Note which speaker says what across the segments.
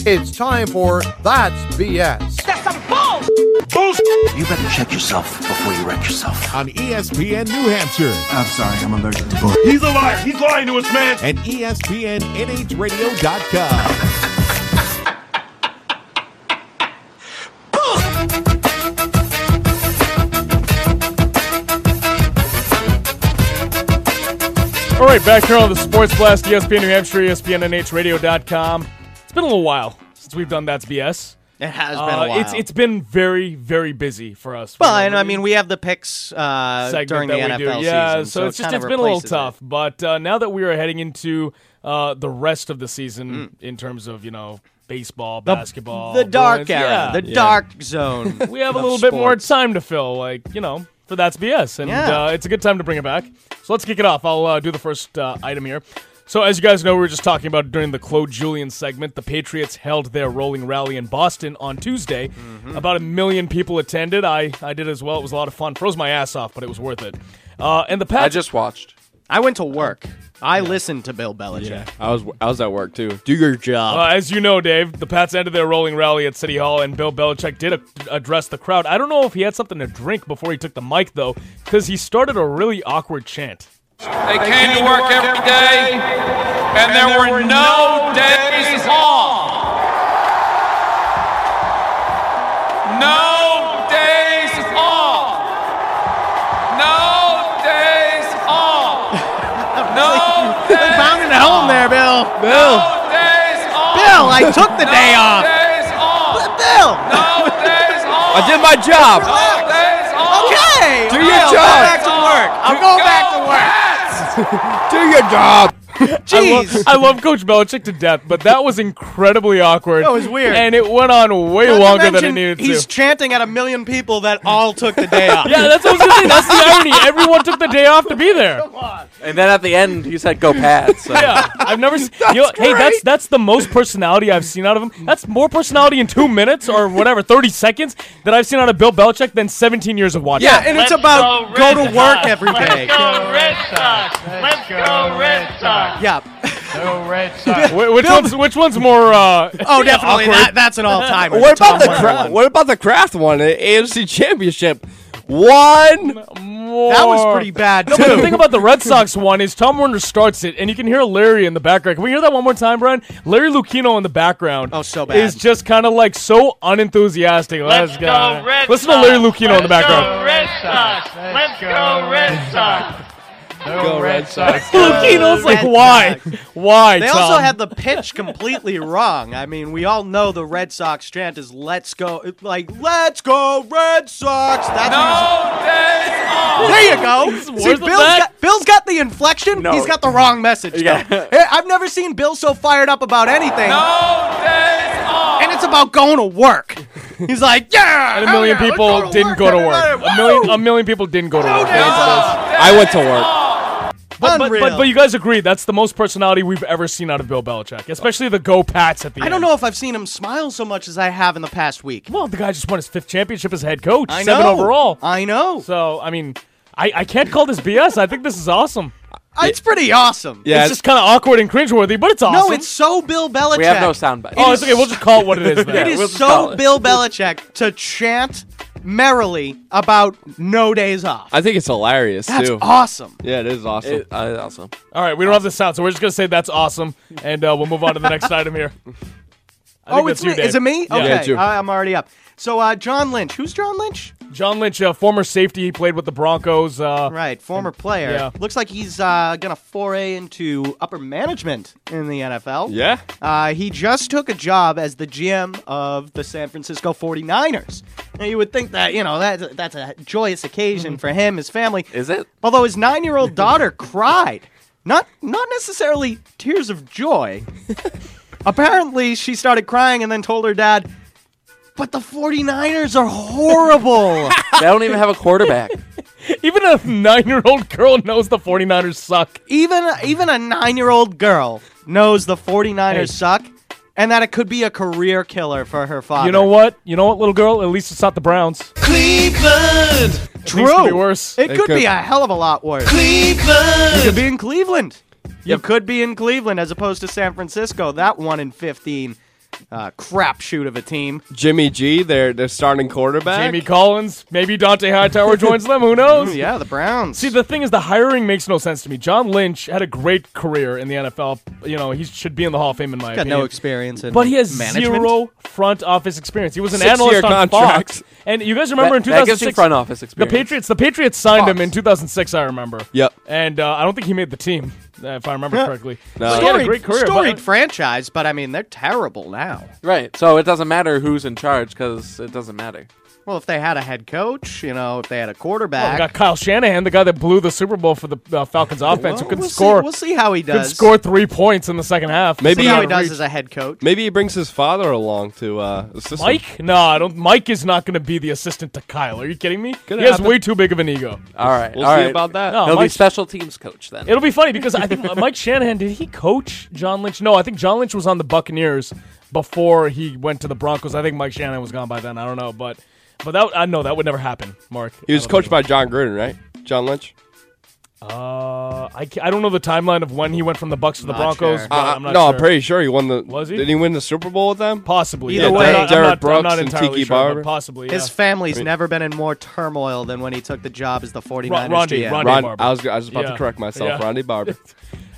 Speaker 1: It's time for That's BS
Speaker 2: That's some bull.
Speaker 3: You better check yourself before you wreck yourself.
Speaker 4: on ESPN New Hampshire
Speaker 3: I'm sorry, I'm allergic to bull.
Speaker 5: He's a liar. He's lying to us, man.
Speaker 4: and ESPNNHradio.com.
Speaker 6: All right, back here on the Sports Blast, E ESPN New Hampshire, ESPNNHradio.com. It's been a little while since we've done That's BS.
Speaker 7: It has been
Speaker 6: Uh,
Speaker 7: a while.
Speaker 6: It's it's been very very busy for us.
Speaker 7: well,
Speaker 6: We
Speaker 7: and I
Speaker 6: already-
Speaker 7: mean, we have the picks uh,
Speaker 6: segment
Speaker 7: during the
Speaker 6: that
Speaker 7: NFL
Speaker 6: we do. Yeah,
Speaker 7: season,
Speaker 6: so, it's
Speaker 7: it
Speaker 6: just
Speaker 7: kinda
Speaker 6: it's been a little
Speaker 7: replaces it.
Speaker 6: tough. But uh, now that we are heading into uh, the rest of the season in terms of you know baseball, basketball,
Speaker 7: Mm. The dark
Speaker 6: Bruins,
Speaker 7: era,
Speaker 6: yeah,
Speaker 7: the dark zone.
Speaker 6: we have a
Speaker 7: of
Speaker 6: little bit more
Speaker 7: sports.
Speaker 6: time to fill. Like you know, for that's BS, and
Speaker 7: Yeah.
Speaker 6: uh, it's a good time to bring it back. So let's kick it off. I'll uh, do the first uh, item here. So as you guys know, we were just talking about during the Claude Julian segment, the Patriots held their rolling rally in Boston on Tuesday.
Speaker 7: Mm-hmm.
Speaker 6: About a million people attended. I I did as well. It was a lot of fun. Froze my ass off, but it was worth it. Uh, and the Pats.
Speaker 8: I just watched.
Speaker 7: I went to work. I listened to Bill Belichick.
Speaker 8: I was I was at work too.
Speaker 7: Do your job.
Speaker 6: Uh, as you know, Dave, the Pats ended their rolling rally at City Hall, and Bill Belichick did a- address the crowd. I don't know if he had something to drink before he took the mic, though, because he started a really awkward chant.
Speaker 9: They came to work every day, and there were no days off. No days off. No days off. No
Speaker 7: We found it at home there, Bill. Bill.
Speaker 9: days off.
Speaker 7: Bill, I took the day
Speaker 9: No
Speaker 7: off.
Speaker 9: days off.
Speaker 7: Bill.
Speaker 9: No days off.
Speaker 8: I did my job.
Speaker 9: No days off.
Speaker 7: Okay.
Speaker 8: Do your
Speaker 7: I'll Go
Speaker 8: job.
Speaker 7: back to work. I'll go, back to work.
Speaker 9: to work.
Speaker 8: Do your job.
Speaker 6: I love,
Speaker 7: Jeez.
Speaker 6: I love Coach Belichick to death, but that was incredibly awkward.
Speaker 7: That was weird.
Speaker 6: and it went on way
Speaker 7: Not to
Speaker 6: longer than it
Speaker 7: mention,
Speaker 6: needed
Speaker 7: He's
Speaker 6: to.
Speaker 7: chanting at a million people that all took the day off.
Speaker 6: yeah, that's what I was gonna say. That's the irony. Everyone took the day off to be there.
Speaker 8: And then at the end, he said, "Go Pats." So.
Speaker 6: Yeah, I've never. Seen, you know, hey, that's that's the most personality I've seen out of him. That's more personality in two minutes or whatever, thirty seconds that I've seen out of Bill Belichick than seventeen years of watching.
Speaker 7: Yeah, and it's about go, to work every day.
Speaker 5: Let's go, Red Sox.
Speaker 7: Yeah.
Speaker 5: Go, Red Sox.
Speaker 6: Wh- which one's which one's more? Uh,
Speaker 7: Oh, definitely. That, that's an all timer.
Speaker 8: What about the cra- What about the craft one? The AFC Championship. One.
Speaker 7: That was pretty bad
Speaker 6: Oh, No, but the
Speaker 7: too.
Speaker 6: thing about the Red Sox one is Tom Werner starts it, and you can hear Larry in the background. Can we hear that one more time, Brian? Larry Lucchino in the background.
Speaker 7: Oh, so
Speaker 6: Is
Speaker 7: bad.
Speaker 6: just kind of like so unenthusiastic. Let's,
Speaker 5: go,
Speaker 6: go.
Speaker 5: Red
Speaker 6: Listen to Larry Lucchino in the background.
Speaker 5: Go, Red Sox. Let's go, Red Sox. Go, Red Sox.
Speaker 6: Lucchino's like,
Speaker 7: Red
Speaker 6: why,
Speaker 7: Sox.
Speaker 6: why?
Speaker 7: They also
Speaker 6: Tom?
Speaker 7: had the pitch completely wrong. I mean, we all know the Red Sox chant is "Let's go," It's like "Let's go Red Sox." That's
Speaker 9: No days off.
Speaker 7: there you go. See,
Speaker 6: worse
Speaker 7: Bill's
Speaker 6: than that.
Speaker 7: got, Bill's got the inflection.
Speaker 8: No.
Speaker 7: He's got the wrong message.
Speaker 8: Yeah.
Speaker 7: though. Hey, I've never seen Bill so fired up about anything,
Speaker 9: No days off.
Speaker 7: and it's about going to work. He's like, "Yeah."
Speaker 6: And a million
Speaker 7: hell yeah,
Speaker 6: people
Speaker 7: let's
Speaker 6: didn't go to work.
Speaker 7: everybody.
Speaker 6: A million, a million people didn't go to work.
Speaker 8: I went to work.
Speaker 6: But, but, but,
Speaker 7: Unreal.
Speaker 6: but you guys agree that's the most personality we've ever seen out of Bill Belichick, especially the Go Pats at the
Speaker 7: I
Speaker 6: end.
Speaker 7: don't know if I've seen him smile so much as I have in the past week.
Speaker 6: Well, the guy just won his fifth championship as head coach,
Speaker 7: I
Speaker 6: seven
Speaker 7: know.
Speaker 6: overall.
Speaker 7: I know.
Speaker 6: So I mean, I, I can't call this BS. I think this is awesome.
Speaker 7: Uh, It's pretty awesome.
Speaker 8: Yeah.
Speaker 6: It's just kind of awkward and cringeworthy, but it's
Speaker 7: No,
Speaker 6: awesome.
Speaker 7: it's so Bill Belichick.
Speaker 8: we have no sound bites.
Speaker 6: oh, it's okay. We'll just call it what it is. Then.
Speaker 7: It is
Speaker 8: we'll just call
Speaker 7: so
Speaker 8: it.
Speaker 7: Bill Belichick to chant merrily about no days off.
Speaker 8: I think it's hilarious
Speaker 7: That's
Speaker 8: too.
Speaker 7: awesome.
Speaker 8: Yeah, it is awesome. awesome.
Speaker 6: All right, we don't have the sound, so we're just gonna say that's awesome, and uh, we'll move on to the next item here. I think
Speaker 7: Oh, it's
Speaker 6: that's you,
Speaker 7: me.
Speaker 6: Dave.
Speaker 7: Is it me?
Speaker 6: Yeah.
Speaker 7: Okay,
Speaker 8: Yeah, it's you.
Speaker 7: I- I'm already up. So uh, John Lynch. Who's John Lynch?
Speaker 6: John Lynch, uh, former safety, he played with the Broncos. Uh,
Speaker 7: Right, former player.
Speaker 6: yeah.
Speaker 7: Looks like he's uh, gonna foray into upper management in the NFL.
Speaker 8: Yeah.
Speaker 7: Uh, he just took a job as the GM of the San Francisco 49ers. Now, you would think that, you know, that, that's a joyous occasion
Speaker 6: Mm-hmm.
Speaker 7: for him, his family.
Speaker 8: Is it?
Speaker 7: Although his nine year old daughter cried. Not, not necessarily tears of joy. Apparently, she started crying and then told her dad, But the 49ers are horrible.
Speaker 8: They don't even have a quarterback.
Speaker 6: Even a nine-year-old girl knows the 49ers suck.
Speaker 7: even, even a nine year old girl knows the 49ers
Speaker 6: Hey.
Speaker 7: suck and that it could be a career killer for her father.
Speaker 6: You know what? You know what, little girl? At least it's not the Browns.
Speaker 7: True.
Speaker 6: could be worse.
Speaker 7: It,
Speaker 8: It
Speaker 7: could,
Speaker 8: could-
Speaker 7: be a hell of a lot worse. Cleveland. You could be in Cleveland. You could be in Cleveland as opposed to San Francisco. That one in 15 uh, crapshoot of a team.
Speaker 8: Jimmy G, their their starting quarterback.
Speaker 6: Jamie Collins, maybe Dante Hightower joins them. Who knows?
Speaker 7: Yeah, the Browns.
Speaker 6: See, the thing is, the hiring makes no sense to me. John Lynch had a great career in the NFL. You know, he should be in the Hall of Fame in my
Speaker 7: got
Speaker 6: opinion.
Speaker 7: no experience in
Speaker 6: But he has
Speaker 7: management.
Speaker 6: zero front office experience. He was an
Speaker 8: Six-year
Speaker 6: analyst on
Speaker 8: contract.
Speaker 6: Fox, and you guys remember
Speaker 2: That-
Speaker 6: in
Speaker 2: that gives
Speaker 6: 2006
Speaker 2: you front office
Speaker 6: The
Speaker 2: experience.
Speaker 6: Patriots, the Patriots signed him
Speaker 7: Fox.
Speaker 6: in 2006. I remember.
Speaker 8: Yep.
Speaker 6: And uh, I don't think he made the team, uh, if I remember correctly.
Speaker 8: No.
Speaker 6: So he had a great career. but-
Speaker 7: storied franchise, but I mean they're terrible now.
Speaker 2: Right. So it doesn't matter who's in charge because it doesn't matter.
Speaker 7: Well, if they had a head coach, you know, if they had a
Speaker 6: Well, Oh, we
Speaker 7: quarterback,
Speaker 6: got Kyle Shanahan, the guy that blew the Super Bowl for the uh, Falcons offense, who
Speaker 7: Well,
Speaker 6: could
Speaker 7: we'll
Speaker 6: score
Speaker 7: See, we'll see how he
Speaker 6: could
Speaker 7: does.
Speaker 6: score three points in the second half.
Speaker 8: Maybe
Speaker 7: See
Speaker 8: he-
Speaker 7: how he does as a head coach.
Speaker 8: Maybe he brings his father along to uh, assist. him.
Speaker 6: Mike? No, I don't. Mike is not going to be the assistant to Kyle. Are you kidding me?
Speaker 8: Could
Speaker 6: he has
Speaker 8: happen.
Speaker 6: way too big of an ego.
Speaker 2: All right.
Speaker 8: We'll
Speaker 2: all
Speaker 8: see
Speaker 2: right.
Speaker 8: about that.
Speaker 6: No,
Speaker 2: He'll be
Speaker 6: Mike-
Speaker 2: special teams coach then.
Speaker 6: It'll be funny because I think Mike Shanahan did he coach John Lynch? No, I think John Lynch was on the Buccaneers before he went to the Broncos. I think Mike Shanahan was gone by then. I don't know, but but that I know that would never happen. Mark,
Speaker 8: He was coached by John Gruden, right? John Lynch.
Speaker 6: Uh, I ca- I don't know the timeline of when he went from the Bucks to the
Speaker 7: Not
Speaker 6: Broncos.
Speaker 7: sure.
Speaker 6: but
Speaker 8: Uh,
Speaker 6: I'm not
Speaker 8: no,
Speaker 6: sure.
Speaker 8: I'm pretty sure he won the.
Speaker 6: Was he?
Speaker 8: Did he win the Super Bowl with them?
Speaker 6: Possibly.
Speaker 7: Either
Speaker 6: yeah.
Speaker 7: way,
Speaker 6: I'm not,
Speaker 8: Derek
Speaker 6: I'm not, I'm
Speaker 8: Brooks
Speaker 6: not
Speaker 8: and
Speaker 6: entirely
Speaker 8: Tiki
Speaker 6: sure, but
Speaker 8: Barber.
Speaker 6: Possibly. Yeah.
Speaker 7: His family's never been in more turmoil than when he took the job as the 49ers
Speaker 6: Ron- Ron-
Speaker 7: GM.
Speaker 6: Ron-
Speaker 8: Ron,
Speaker 6: Barber.
Speaker 8: I was I was about
Speaker 6: Yeah.
Speaker 8: to correct myself.
Speaker 6: Yeah.
Speaker 8: Ronnie Barber.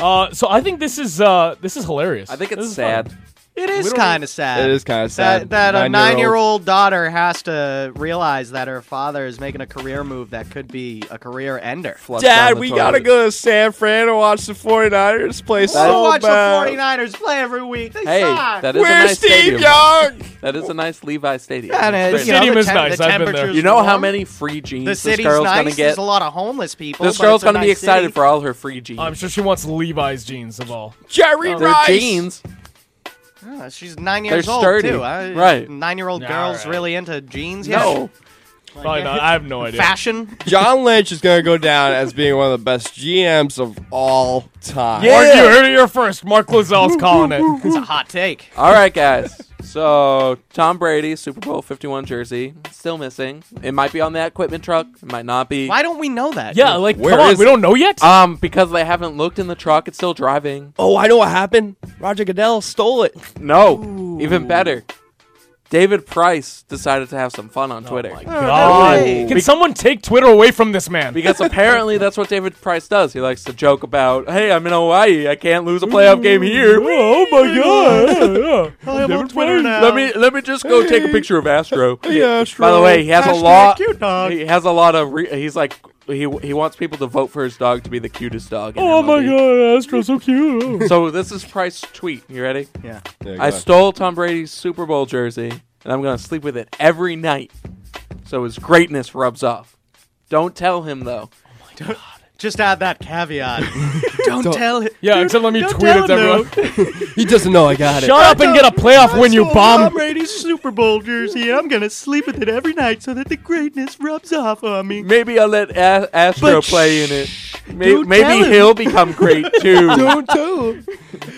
Speaker 6: uh, so I think this is uh, this is hilarious.
Speaker 2: I think
Speaker 6: This
Speaker 2: it's
Speaker 6: is fun.
Speaker 2: sad.
Speaker 7: It is
Speaker 6: don't-
Speaker 7: kind of sad.
Speaker 8: it is kind of
Speaker 7: That,
Speaker 8: sad.
Speaker 7: that a
Speaker 8: Nine-year-old-
Speaker 7: nine-year-old daughter has to realize that her father is making a career move that could be a career ender.
Speaker 2: Flush down
Speaker 8: Dad,
Speaker 2: the
Speaker 8: we
Speaker 2: toilet.
Speaker 8: gotta go to San Fran to watch the 49ers play
Speaker 7: I
Speaker 8: so
Speaker 7: watch
Speaker 8: bad.
Speaker 7: the 49ers play every week. They
Speaker 2: Hey,
Speaker 7: suck.
Speaker 2: that is a
Speaker 8: Where's
Speaker 2: nice
Speaker 8: Steve
Speaker 2: stadium.
Speaker 8: Young?
Speaker 2: That is a nice Levi Stadium.
Speaker 7: And, uh,
Speaker 2: It's
Speaker 7: you
Speaker 2: great.
Speaker 7: know,
Speaker 6: stadium
Speaker 7: the
Speaker 6: is
Speaker 7: tem-
Speaker 6: nice.
Speaker 7: the
Speaker 6: I've been there.
Speaker 7: temperature's
Speaker 2: You know how
Speaker 7: warm.
Speaker 2: many free jeans
Speaker 7: The
Speaker 2: this
Speaker 7: city's
Speaker 2: girl's
Speaker 7: nice.
Speaker 2: gonna
Speaker 7: There's
Speaker 2: get?
Speaker 7: a lot of homeless people.
Speaker 2: This
Speaker 7: but it's
Speaker 2: girl's
Speaker 7: a
Speaker 2: gonna be
Speaker 7: nice
Speaker 2: excited
Speaker 7: city.
Speaker 2: for all her free jeans.
Speaker 6: I'm sure she wants Levi's jeans of all.
Speaker 8: Jerry
Speaker 2: They're
Speaker 8: Rice.
Speaker 2: jeans.
Speaker 7: Yeah, she's nine
Speaker 2: They're
Speaker 7: years old
Speaker 2: sturdy.
Speaker 7: too. I-
Speaker 2: Right.
Speaker 7: Nine-year-old
Speaker 6: All
Speaker 7: girls
Speaker 6: right.
Speaker 7: really into jeans. yet?
Speaker 2: No.
Speaker 6: Probably not. I have no idea.
Speaker 7: Fashion.
Speaker 8: John Lynch is gonna go down as being one of the best GMs of all time.
Speaker 6: Mark, you heard it here first. Mark Lozell's calling it.
Speaker 7: It's a hot take.
Speaker 2: All right, guys. So Tom Brady, Super Bowl 51 jersey, still missing. It might be on that equipment truck. It might not be.
Speaker 7: Why don't we know that?
Speaker 6: Yeah, like
Speaker 8: Where
Speaker 6: come on,
Speaker 8: is
Speaker 6: we
Speaker 8: it?
Speaker 6: don't know yet.
Speaker 2: Um, because they haven't looked in the truck. It's still driving.
Speaker 8: Oh, I know what happened. Roger Goodell stole it.
Speaker 2: No, even better. David Price decided to have some fun on Twitter.
Speaker 6: God,
Speaker 7: way.
Speaker 6: can someone take Twitter away from this man?
Speaker 2: Because apparently that's what David Price does. He likes to joke about, "Hey, I'm in Hawaii. I can't lose a playoff game here.
Speaker 6: Oh my god!
Speaker 7: I am on Twitter now.
Speaker 2: Let me let me just go take a picture of Astro."
Speaker 8: Astro.
Speaker 2: By the way, he has a
Speaker 7: Hashtag
Speaker 2: lot.
Speaker 7: cute dog.
Speaker 2: He has a lot of. Re- he's like he he wants people to vote for his dog to be the cutest dog. in
Speaker 6: Oh my
Speaker 2: MLB.
Speaker 6: god, Astro's so cute.
Speaker 2: So this is Price's tweet. You ready?
Speaker 7: Yeah.
Speaker 8: Yeah, go
Speaker 2: I
Speaker 8: ahead.
Speaker 2: stole Tom Brady's Super Bowl jersey, and I'm going to sleep with it every night. So his greatness rubs off. Don't tell him, though.
Speaker 7: Just add that caveat. don't, tell him.
Speaker 6: Yeah, except let me
Speaker 7: don't
Speaker 6: tweet
Speaker 7: tell
Speaker 6: it to everyone.
Speaker 8: he doesn't know I got it.
Speaker 6: Shut up and get a playoff win, you
Speaker 7: Oh, Tom
Speaker 6: bomb.
Speaker 7: Brady's Super Bowl jersey, and I'm gonna sleep with it every night so that the greatness rubs off on
Speaker 8: Mm.
Speaker 7: me.
Speaker 2: Maybe I'll let a- Astro
Speaker 7: But
Speaker 2: play in it. May-
Speaker 7: don't tell
Speaker 2: maybe
Speaker 7: him.
Speaker 2: he'll become great, too.
Speaker 8: Don't tell him.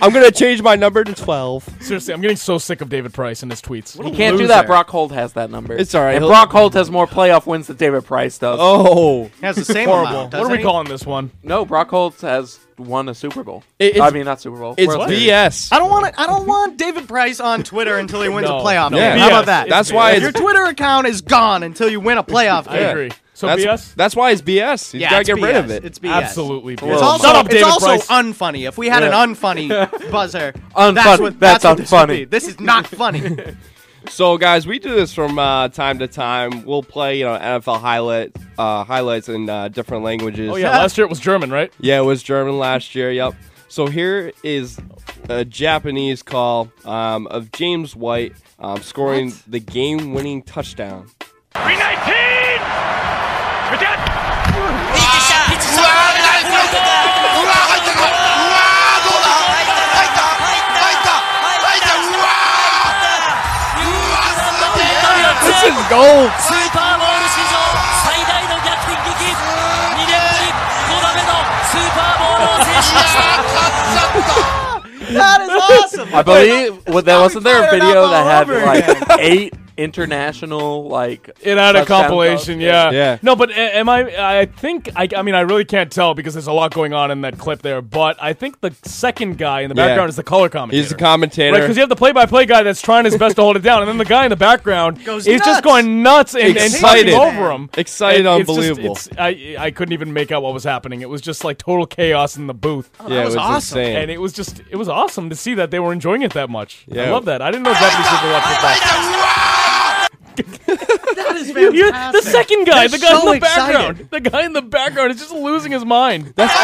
Speaker 8: I'm gonna change my number to twelve.
Speaker 6: Seriously, I'm getting so sick of David Price and his tweets.
Speaker 2: You can't do
Speaker 8: loser.
Speaker 2: that. Brock Holt has that number.
Speaker 8: It's all right.
Speaker 2: And
Speaker 8: He'll-
Speaker 2: Brock Holt has more playoff wins than David Price does.
Speaker 8: Oh,
Speaker 7: Has the same
Speaker 6: Horrible.
Speaker 7: amount.
Speaker 6: What are we calling this one?
Speaker 2: No, Brock Holt has won a Super Bowl.
Speaker 8: It- it's-
Speaker 2: I mean, not Super Bowl.
Speaker 8: it's
Speaker 2: World Series.
Speaker 8: BS.
Speaker 7: I don't want to, I don't want David Price on Twitter until he wins
Speaker 6: No.
Speaker 7: a playoff
Speaker 8: Yeah.
Speaker 7: game. How
Speaker 6: BS.
Speaker 7: about that?
Speaker 8: That's why
Speaker 7: Your
Speaker 8: it's
Speaker 7: Twitter account is gone until you win a playoff game.
Speaker 6: I agree. So
Speaker 8: that's,
Speaker 6: BS.
Speaker 8: That's why it's BS. You
Speaker 7: Yeah,
Speaker 8: gotta
Speaker 7: it's
Speaker 8: get rid
Speaker 7: BS.
Speaker 8: of it.
Speaker 7: It's BS.
Speaker 6: Absolutely. BS.
Speaker 7: It's also,
Speaker 6: Shut up, David
Speaker 7: it's also
Speaker 6: Price.
Speaker 7: unfunny. If we had an unfunny buzzer,
Speaker 2: Unfunny.
Speaker 7: that's what,
Speaker 2: That's
Speaker 7: what this would
Speaker 2: unfunny.
Speaker 7: be. This is not funny.
Speaker 8: So, guys, we do this from uh, time to time. We'll play, you know, NFL highlight uh, highlights in uh, different languages.
Speaker 6: oh yeah, last year it was German, right?
Speaker 8: yeah, it was German last year. Yep. So here is a Japanese call um, of James White um, scoring the game-winning touchdown.
Speaker 10: ス
Speaker 8: This is gold.
Speaker 10: ーパーボール史上最大の逆転劇2年ぶり5度目のスーパーボールを制しまし
Speaker 7: that is
Speaker 10: た
Speaker 7: awesome.
Speaker 2: I believe well, that wasn't there a
Speaker 7: fired up
Speaker 2: video
Speaker 7: all
Speaker 2: that had
Speaker 7: over
Speaker 2: like eight international like
Speaker 6: It had a
Speaker 2: touchdown
Speaker 6: compilation,
Speaker 2: dog.
Speaker 6: yeah.
Speaker 8: Yeah.
Speaker 6: No, but a- am I? I think I. I mean, I really can't tell because there's a lot going on in that clip there. But I think the second guy in the
Speaker 8: Yeah.
Speaker 6: background is the color commentator.
Speaker 8: He's the commentator.
Speaker 6: Right, because you have the play-by-play guy that's trying his best to hold it down, and then the guy in the background
Speaker 7: Goes
Speaker 6: is just
Speaker 7: nuts.
Speaker 6: going nuts and, and
Speaker 8: Excited.
Speaker 6: talking over him.
Speaker 8: Excited,
Speaker 6: And it's just-
Speaker 8: unbelievable.
Speaker 6: it's- I I couldn't even make out what was happening. It was just like total chaos in the booth,
Speaker 8: yeah, it was
Speaker 7: awesome.
Speaker 8: insane.
Speaker 6: and it was just it was awesome to see that they were enjoying it that much. I
Speaker 8: Yeah.
Speaker 6: love that. I didn't know Japanese people watched football.
Speaker 7: That is
Speaker 6: You're the second guy,
Speaker 7: They're
Speaker 6: the guy
Speaker 7: so
Speaker 6: in the background.
Speaker 7: excited.
Speaker 6: The guy in the background is just losing his mind.
Speaker 8: That's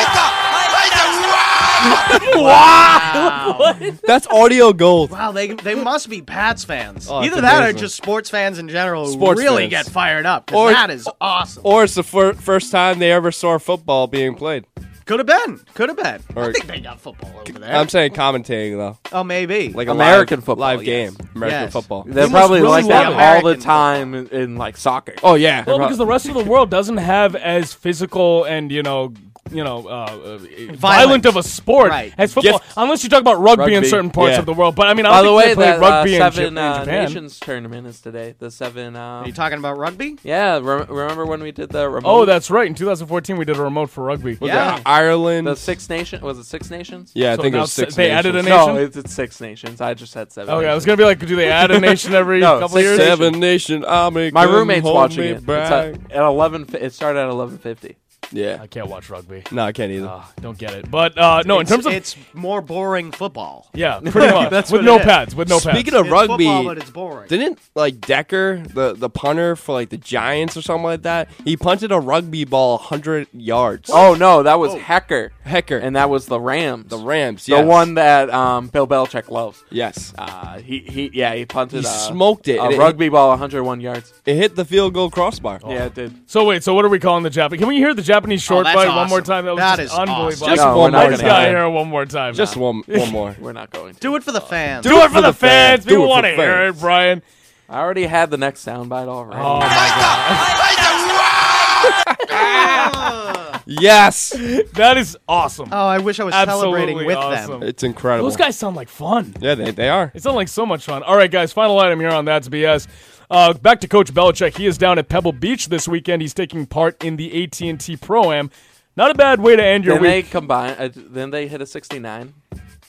Speaker 8: audio gold.
Speaker 7: Wow, they they must be Pats fans.
Speaker 8: Oh,
Speaker 7: Either
Speaker 8: it's
Speaker 7: that
Speaker 8: amazing.
Speaker 7: or just sports fans in general who
Speaker 8: Sports
Speaker 7: really
Speaker 8: fans.
Speaker 7: get fired up. 'cause
Speaker 8: Or-
Speaker 7: that is awesome.
Speaker 8: Or it's the fir- first time they ever saw football being played.
Speaker 7: Could have been. Could have been. I
Speaker 8: Or-
Speaker 7: think they got football over there.
Speaker 8: I'm saying commentating though,
Speaker 7: oh, maybe.
Speaker 8: like a
Speaker 2: American
Speaker 8: live,
Speaker 2: football,
Speaker 8: live
Speaker 2: yes.
Speaker 8: game, American
Speaker 7: Yes.
Speaker 8: football.
Speaker 2: They're
Speaker 7: You must
Speaker 2: probably
Speaker 7: really
Speaker 2: like that
Speaker 7: love
Speaker 2: all the
Speaker 7: American
Speaker 2: time in, in like soccer.
Speaker 8: Oh yeah,
Speaker 6: Well, because the rest of the world doesn't have as physical and you know, you know, uh, violent. violent of a sport
Speaker 7: Right.
Speaker 6: as football.
Speaker 8: Gift-
Speaker 6: unless you talk about rugby, in
Speaker 2: Rugby,
Speaker 6: certain parts
Speaker 8: yeah.
Speaker 6: of the world. But I mean, I
Speaker 2: By
Speaker 6: don't
Speaker 2: the
Speaker 6: think
Speaker 2: way,
Speaker 6: they play
Speaker 2: that
Speaker 6: rugby
Speaker 2: uh,
Speaker 6: in,
Speaker 2: seven
Speaker 6: Jap- in
Speaker 2: uh,
Speaker 6: Japan.
Speaker 2: nations tournament is today. The seven. Uh,
Speaker 7: Are you talking about rugby?
Speaker 2: yeah, re- remember when we did the remote?
Speaker 6: Oh, that's right. In 2014, we did a remote for rugby.
Speaker 8: Was
Speaker 7: Yeah.
Speaker 8: it Ireland.
Speaker 2: the Six Nations. Was it Six Nations?
Speaker 8: yeah, I
Speaker 6: So
Speaker 8: think it
Speaker 6: now
Speaker 8: was six.
Speaker 6: they added
Speaker 8: nations.
Speaker 6: an-
Speaker 2: No,
Speaker 6: Nation?
Speaker 2: it's, it's Six Nations. I just said seven.
Speaker 6: Okay, I was
Speaker 2: nations.
Speaker 6: gonna be like, do they add a nation every
Speaker 2: No,
Speaker 6: couple
Speaker 2: six-
Speaker 6: years?
Speaker 8: Seven nation army.
Speaker 2: My
Speaker 8: come
Speaker 2: roommate's
Speaker 8: hold
Speaker 2: watching
Speaker 8: me
Speaker 2: it. It's
Speaker 8: back.
Speaker 2: at, at eleven. fi- It started at eleven fifty.
Speaker 8: yeah.
Speaker 6: I can't watch rugby.
Speaker 8: No, I can't either.
Speaker 6: Uh, don't get it. But uh, no, in
Speaker 7: it's,
Speaker 6: terms of
Speaker 7: it's more boring football.
Speaker 6: yeah, pretty much
Speaker 7: That's
Speaker 6: with
Speaker 7: what
Speaker 6: no
Speaker 7: it is.
Speaker 6: pads, with no pads.
Speaker 8: Speaking of
Speaker 7: It's
Speaker 8: rugby,
Speaker 7: football, but it's boring.
Speaker 8: didn't like Decker, the the punter for like the Giants or something like that, he punted a rugby ball 100 yards.
Speaker 2: Oh no, that was Hecker,
Speaker 8: Hecker
Speaker 2: and that was the Rams.
Speaker 8: the Rams,
Speaker 2: the
Speaker 8: yes.
Speaker 2: one that um, Bill Belichick loves.
Speaker 8: Yes,
Speaker 2: Uh, he he yeah he punted.
Speaker 8: He
Speaker 2: a-
Speaker 8: smoked it, Oh.
Speaker 2: A
Speaker 8: and it-
Speaker 2: rugby ball, 101 yards.
Speaker 8: it hit the field goal crossbar.
Speaker 6: Oh,
Speaker 2: Yeah, it did.
Speaker 6: So wait, so what are we calling the Japanese? Can we hear the Japanese short
Speaker 7: Oh, that's
Speaker 6: bite one more
Speaker 7: awesome.
Speaker 6: time? That was
Speaker 7: That
Speaker 6: just
Speaker 7: is awesome.
Speaker 6: unbelievable.
Speaker 8: Just
Speaker 6: Let's-
Speaker 2: No, we're
Speaker 8: one
Speaker 2: not
Speaker 8: more
Speaker 2: gonna
Speaker 6: Let's gotta
Speaker 2: have
Speaker 8: time.
Speaker 6: hear it one more time.
Speaker 8: Just one, one more.
Speaker 2: We're not going. to.
Speaker 7: Do it for the fans.
Speaker 6: do it for the
Speaker 8: the fans.
Speaker 6: fans. People
Speaker 8: Do it
Speaker 6: want to
Speaker 8: for
Speaker 6: hear it,
Speaker 8: fans.
Speaker 6: Brian.
Speaker 2: I already had the next soundbite already.
Speaker 6: Oh my god,
Speaker 8: Yes,
Speaker 6: that is awesome.
Speaker 7: Oh, I wish I was
Speaker 6: Absolutely
Speaker 7: celebrating with
Speaker 6: awesome.
Speaker 7: them.
Speaker 8: it's incredible.
Speaker 6: Those guys sound like fun.
Speaker 8: yeah, they, they are.
Speaker 6: It sounds like so much fun. All right, guys, final item here on That's BS. Uh, back to Coach Belichick. He is down at Pebble Beach this weekend. He's taking part in the AT and T Pro Am. Not a bad way to end your
Speaker 2: Then they
Speaker 6: week.
Speaker 2: combine. Uh, then they hit a 69.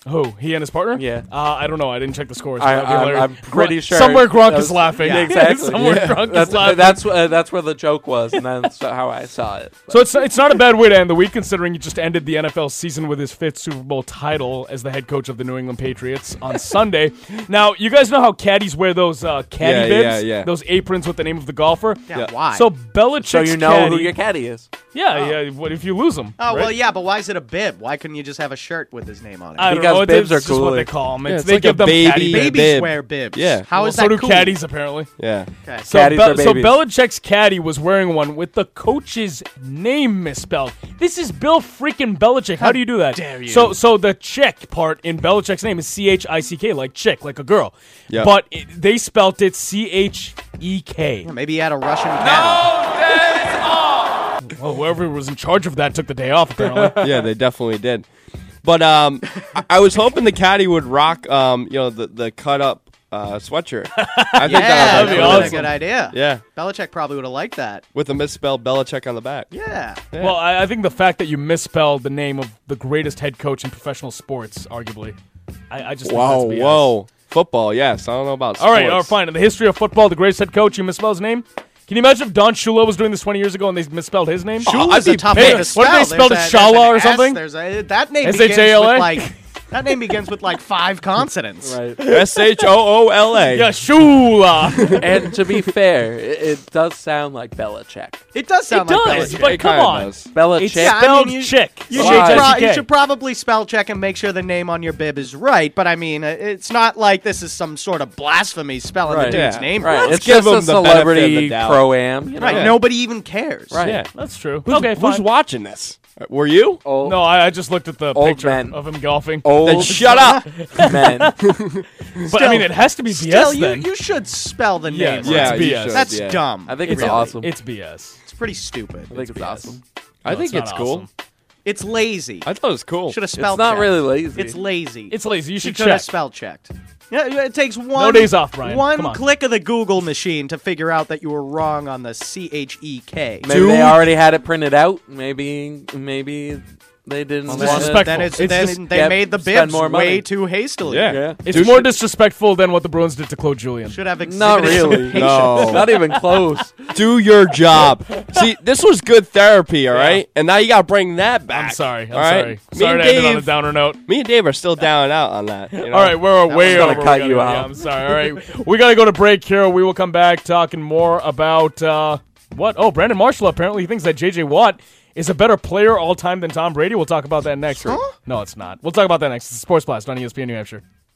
Speaker 6: Who? He and his partner?
Speaker 2: Yeah.
Speaker 6: Uh, I don't know. I didn't check the scores.
Speaker 2: I,
Speaker 6: That'd be
Speaker 2: I'm,
Speaker 6: hilarious.
Speaker 2: I'm pretty
Speaker 6: Gronk-
Speaker 2: sure
Speaker 6: Somewhere Gronk
Speaker 2: that
Speaker 6: is
Speaker 2: was-
Speaker 6: laughing.
Speaker 2: Yeah, exactly.
Speaker 6: Somewhere
Speaker 2: Yeah.
Speaker 6: Gronk
Speaker 2: that's,
Speaker 6: is laughing.
Speaker 2: That's uh, that's where the joke was, and that's how I saw it.
Speaker 6: so it's it's not a bad way to end the week, considering he just ended the NFL season with his fifth Super Bowl title as the head coach of the New England Patriots on Sunday. Now you guys know how caddies wear those uh, caddy
Speaker 8: Yeah,
Speaker 6: bibs,
Speaker 8: yeah, yeah.
Speaker 6: those aprons with the name of the golfer.
Speaker 7: Yeah, why?
Speaker 6: So Belichick's
Speaker 2: so you know
Speaker 6: caddy,
Speaker 2: who Oh. your caddy is.
Speaker 6: yeah, yeah. What if you lose them?
Speaker 7: oh well, yeah, but why is it a bib? Why couldn't you just have a shirt with his name on it?
Speaker 6: I don't
Speaker 2: Because
Speaker 6: know.
Speaker 2: bibs
Speaker 6: it's
Speaker 2: are
Speaker 6: just what
Speaker 2: cooler.
Speaker 6: they call them.
Speaker 8: Yeah, it's
Speaker 6: they
Speaker 8: like
Speaker 6: give
Speaker 8: a
Speaker 6: them
Speaker 8: baby-
Speaker 6: caddy bibs.
Speaker 7: Babies
Speaker 8: bib.
Speaker 7: wear bibs.
Speaker 8: Yeah.
Speaker 7: How
Speaker 6: Well,
Speaker 7: is
Speaker 6: so
Speaker 7: that
Speaker 6: do
Speaker 7: cool?
Speaker 6: caddies apparently.
Speaker 8: Yeah,
Speaker 7: Okay.
Speaker 6: So,
Speaker 2: Caddies
Speaker 6: Bel-
Speaker 2: are
Speaker 6: so
Speaker 2: babies.
Speaker 6: Belichick's caddy was wearing one with the coach's name misspelled. This is Bill freaking Belichick. How, do you do that?
Speaker 7: dare you.
Speaker 6: So so the chick part in Belichick's name is C H I C K, like chick, like a girl.
Speaker 8: Yeah.
Speaker 6: But it, they spelt it C H E K.
Speaker 7: Maybe he had a Russian cat.
Speaker 6: Well, whoever was in charge of that took the day off apparently.
Speaker 8: yeah, they definitely did. But um, I, I was hoping the caddy would rock, um, you know, the the cut up uh, sweatshirt. I think
Speaker 7: Yeah,
Speaker 8: that
Speaker 7: that'd
Speaker 8: would
Speaker 7: be
Speaker 8: be
Speaker 7: a
Speaker 8: awesome.
Speaker 7: good idea.
Speaker 8: Yeah,
Speaker 7: Belichick probably would have liked that.
Speaker 8: with a misspelled Belichick on the back.
Speaker 7: Yeah.
Speaker 6: well, I, I think the fact that you misspelled the name of the greatest head coach in professional sports, arguably, I, I just
Speaker 8: Wow,
Speaker 6: Think that's BS.
Speaker 8: whoa. Football, yes. I don't know about sports.
Speaker 6: All right, all right, fine. In the history of football, the greatest head coach, you misspelled his name? Can you imagine if Don Shula was doing this 20 years ago and they misspelled his name?
Speaker 8: I'd
Speaker 7: Shula's
Speaker 8: be
Speaker 7: a tough
Speaker 8: pissed.
Speaker 7: name to
Speaker 6: What if they
Speaker 7: spell.
Speaker 6: spelled it
Speaker 7: There's a-
Speaker 6: Shala
Speaker 7: there's an
Speaker 6: or
Speaker 7: S,
Speaker 6: something?
Speaker 7: There's a, that name
Speaker 6: S-H-A-L-A?
Speaker 7: begins with like that name begins with like five consonants.
Speaker 2: Right.
Speaker 8: S H O O L A.
Speaker 6: Yeah, Shula.
Speaker 2: and to be fair, it, it does sound like Belichick.
Speaker 7: It does sound
Speaker 6: It
Speaker 7: like
Speaker 6: does.
Speaker 7: Belichick.
Speaker 6: But come on. It's
Speaker 2: Belichick.
Speaker 7: Yeah, I mean,
Speaker 6: spelled
Speaker 7: you-
Speaker 6: chick.
Speaker 7: You
Speaker 2: Why?
Speaker 7: should, pro-
Speaker 6: C-H-I-C-K.
Speaker 7: you should probably spell check and make sure the name on your bib is right. But I mean, uh, it's not like this is some sort of blasphemy spelling
Speaker 2: Right.
Speaker 7: the dude's
Speaker 8: Yeah.
Speaker 7: name
Speaker 2: Right.
Speaker 7: wrong.
Speaker 2: it's
Speaker 8: give
Speaker 2: just a
Speaker 8: him the benefit of the
Speaker 2: celebrity
Speaker 8: doubt.
Speaker 2: pro am. You know?
Speaker 7: Right,
Speaker 8: Yeah.
Speaker 7: Nobody even cares.
Speaker 2: Right.
Speaker 8: Yeah.
Speaker 6: That's true.
Speaker 8: Who's,
Speaker 6: okay,
Speaker 8: who's
Speaker 6: fine.
Speaker 8: watching this? Uh, Were you?
Speaker 2: Old,
Speaker 6: no, I, I just looked at the
Speaker 2: Old
Speaker 6: picture
Speaker 2: man.
Speaker 6: of him golfing.
Speaker 2: old
Speaker 8: Then shut up.
Speaker 2: men.
Speaker 6: but I mean, it has to be BS
Speaker 7: Still, you,
Speaker 6: then.
Speaker 7: you should spell the
Speaker 6: Yeah,
Speaker 7: name.
Speaker 6: yeah.
Speaker 7: right.
Speaker 6: It's
Speaker 8: you
Speaker 6: BS.
Speaker 8: should,
Speaker 7: That's
Speaker 8: yeah.
Speaker 7: dumb.
Speaker 2: I think it's
Speaker 7: Really.
Speaker 2: awesome.
Speaker 6: it's BS.
Speaker 7: It's pretty stupid.
Speaker 2: I think it's awesome.
Speaker 8: I
Speaker 6: No,
Speaker 8: think
Speaker 6: it's
Speaker 8: it's,
Speaker 6: not
Speaker 8: cool.
Speaker 6: awesome.
Speaker 7: It's lazy.
Speaker 8: I thought it was cool.
Speaker 7: Should have
Speaker 2: It's
Speaker 7: spelled.
Speaker 2: not
Speaker 7: checked.
Speaker 2: really lazy.
Speaker 7: It's lazy.
Speaker 6: It's lazy. You
Speaker 7: She
Speaker 6: should
Speaker 7: could have
Speaker 6: check.
Speaker 7: spell checked. Yeah, it takes one
Speaker 6: days off, Brian. Come
Speaker 7: One
Speaker 6: on.
Speaker 7: click of the Google machine to figure out that you were wrong on the C H E K.
Speaker 2: Maybe they already had it printed out. Maybe maybe they didn't
Speaker 6: Well,
Speaker 2: want
Speaker 6: disrespectful.
Speaker 2: to.
Speaker 7: Then, it's,
Speaker 6: It's
Speaker 7: then
Speaker 6: just-
Speaker 7: they
Speaker 2: yeah,
Speaker 7: made the
Speaker 2: spend
Speaker 7: bibs
Speaker 2: more money.
Speaker 7: way too hastily.
Speaker 2: Yeah.
Speaker 6: It's more disrespectful than what the Bruins did to Claude Julien.
Speaker 7: Should have exhibited
Speaker 2: Not
Speaker 7: some
Speaker 2: really.
Speaker 7: patience.
Speaker 8: No.
Speaker 2: Not even close.
Speaker 8: Do your job. See, this was good therapy, all right? And now you got to bring that back.
Speaker 6: I'm sorry. I'm
Speaker 8: all right?
Speaker 6: sorry.
Speaker 8: Me
Speaker 6: Sorry
Speaker 8: and
Speaker 6: to
Speaker 8: Dave,
Speaker 6: end it on a downer note.
Speaker 8: Me and Dave are still down and out on that. you know?
Speaker 6: All right, we're way
Speaker 2: gonna
Speaker 6: over.
Speaker 2: cut
Speaker 6: We
Speaker 2: you
Speaker 6: gotta- yeah,
Speaker 2: out.
Speaker 6: I'm sorry. All right, we got to go to break here. We will come back talking more about uh, what? Oh, Brandon Marshall apparently thinks that J.J. Watt is a better player all time than Tom Brady. We'll talk about that next. No, it's not. We'll talk about that next. It's Sports Blast on E ESPN New Hampshire.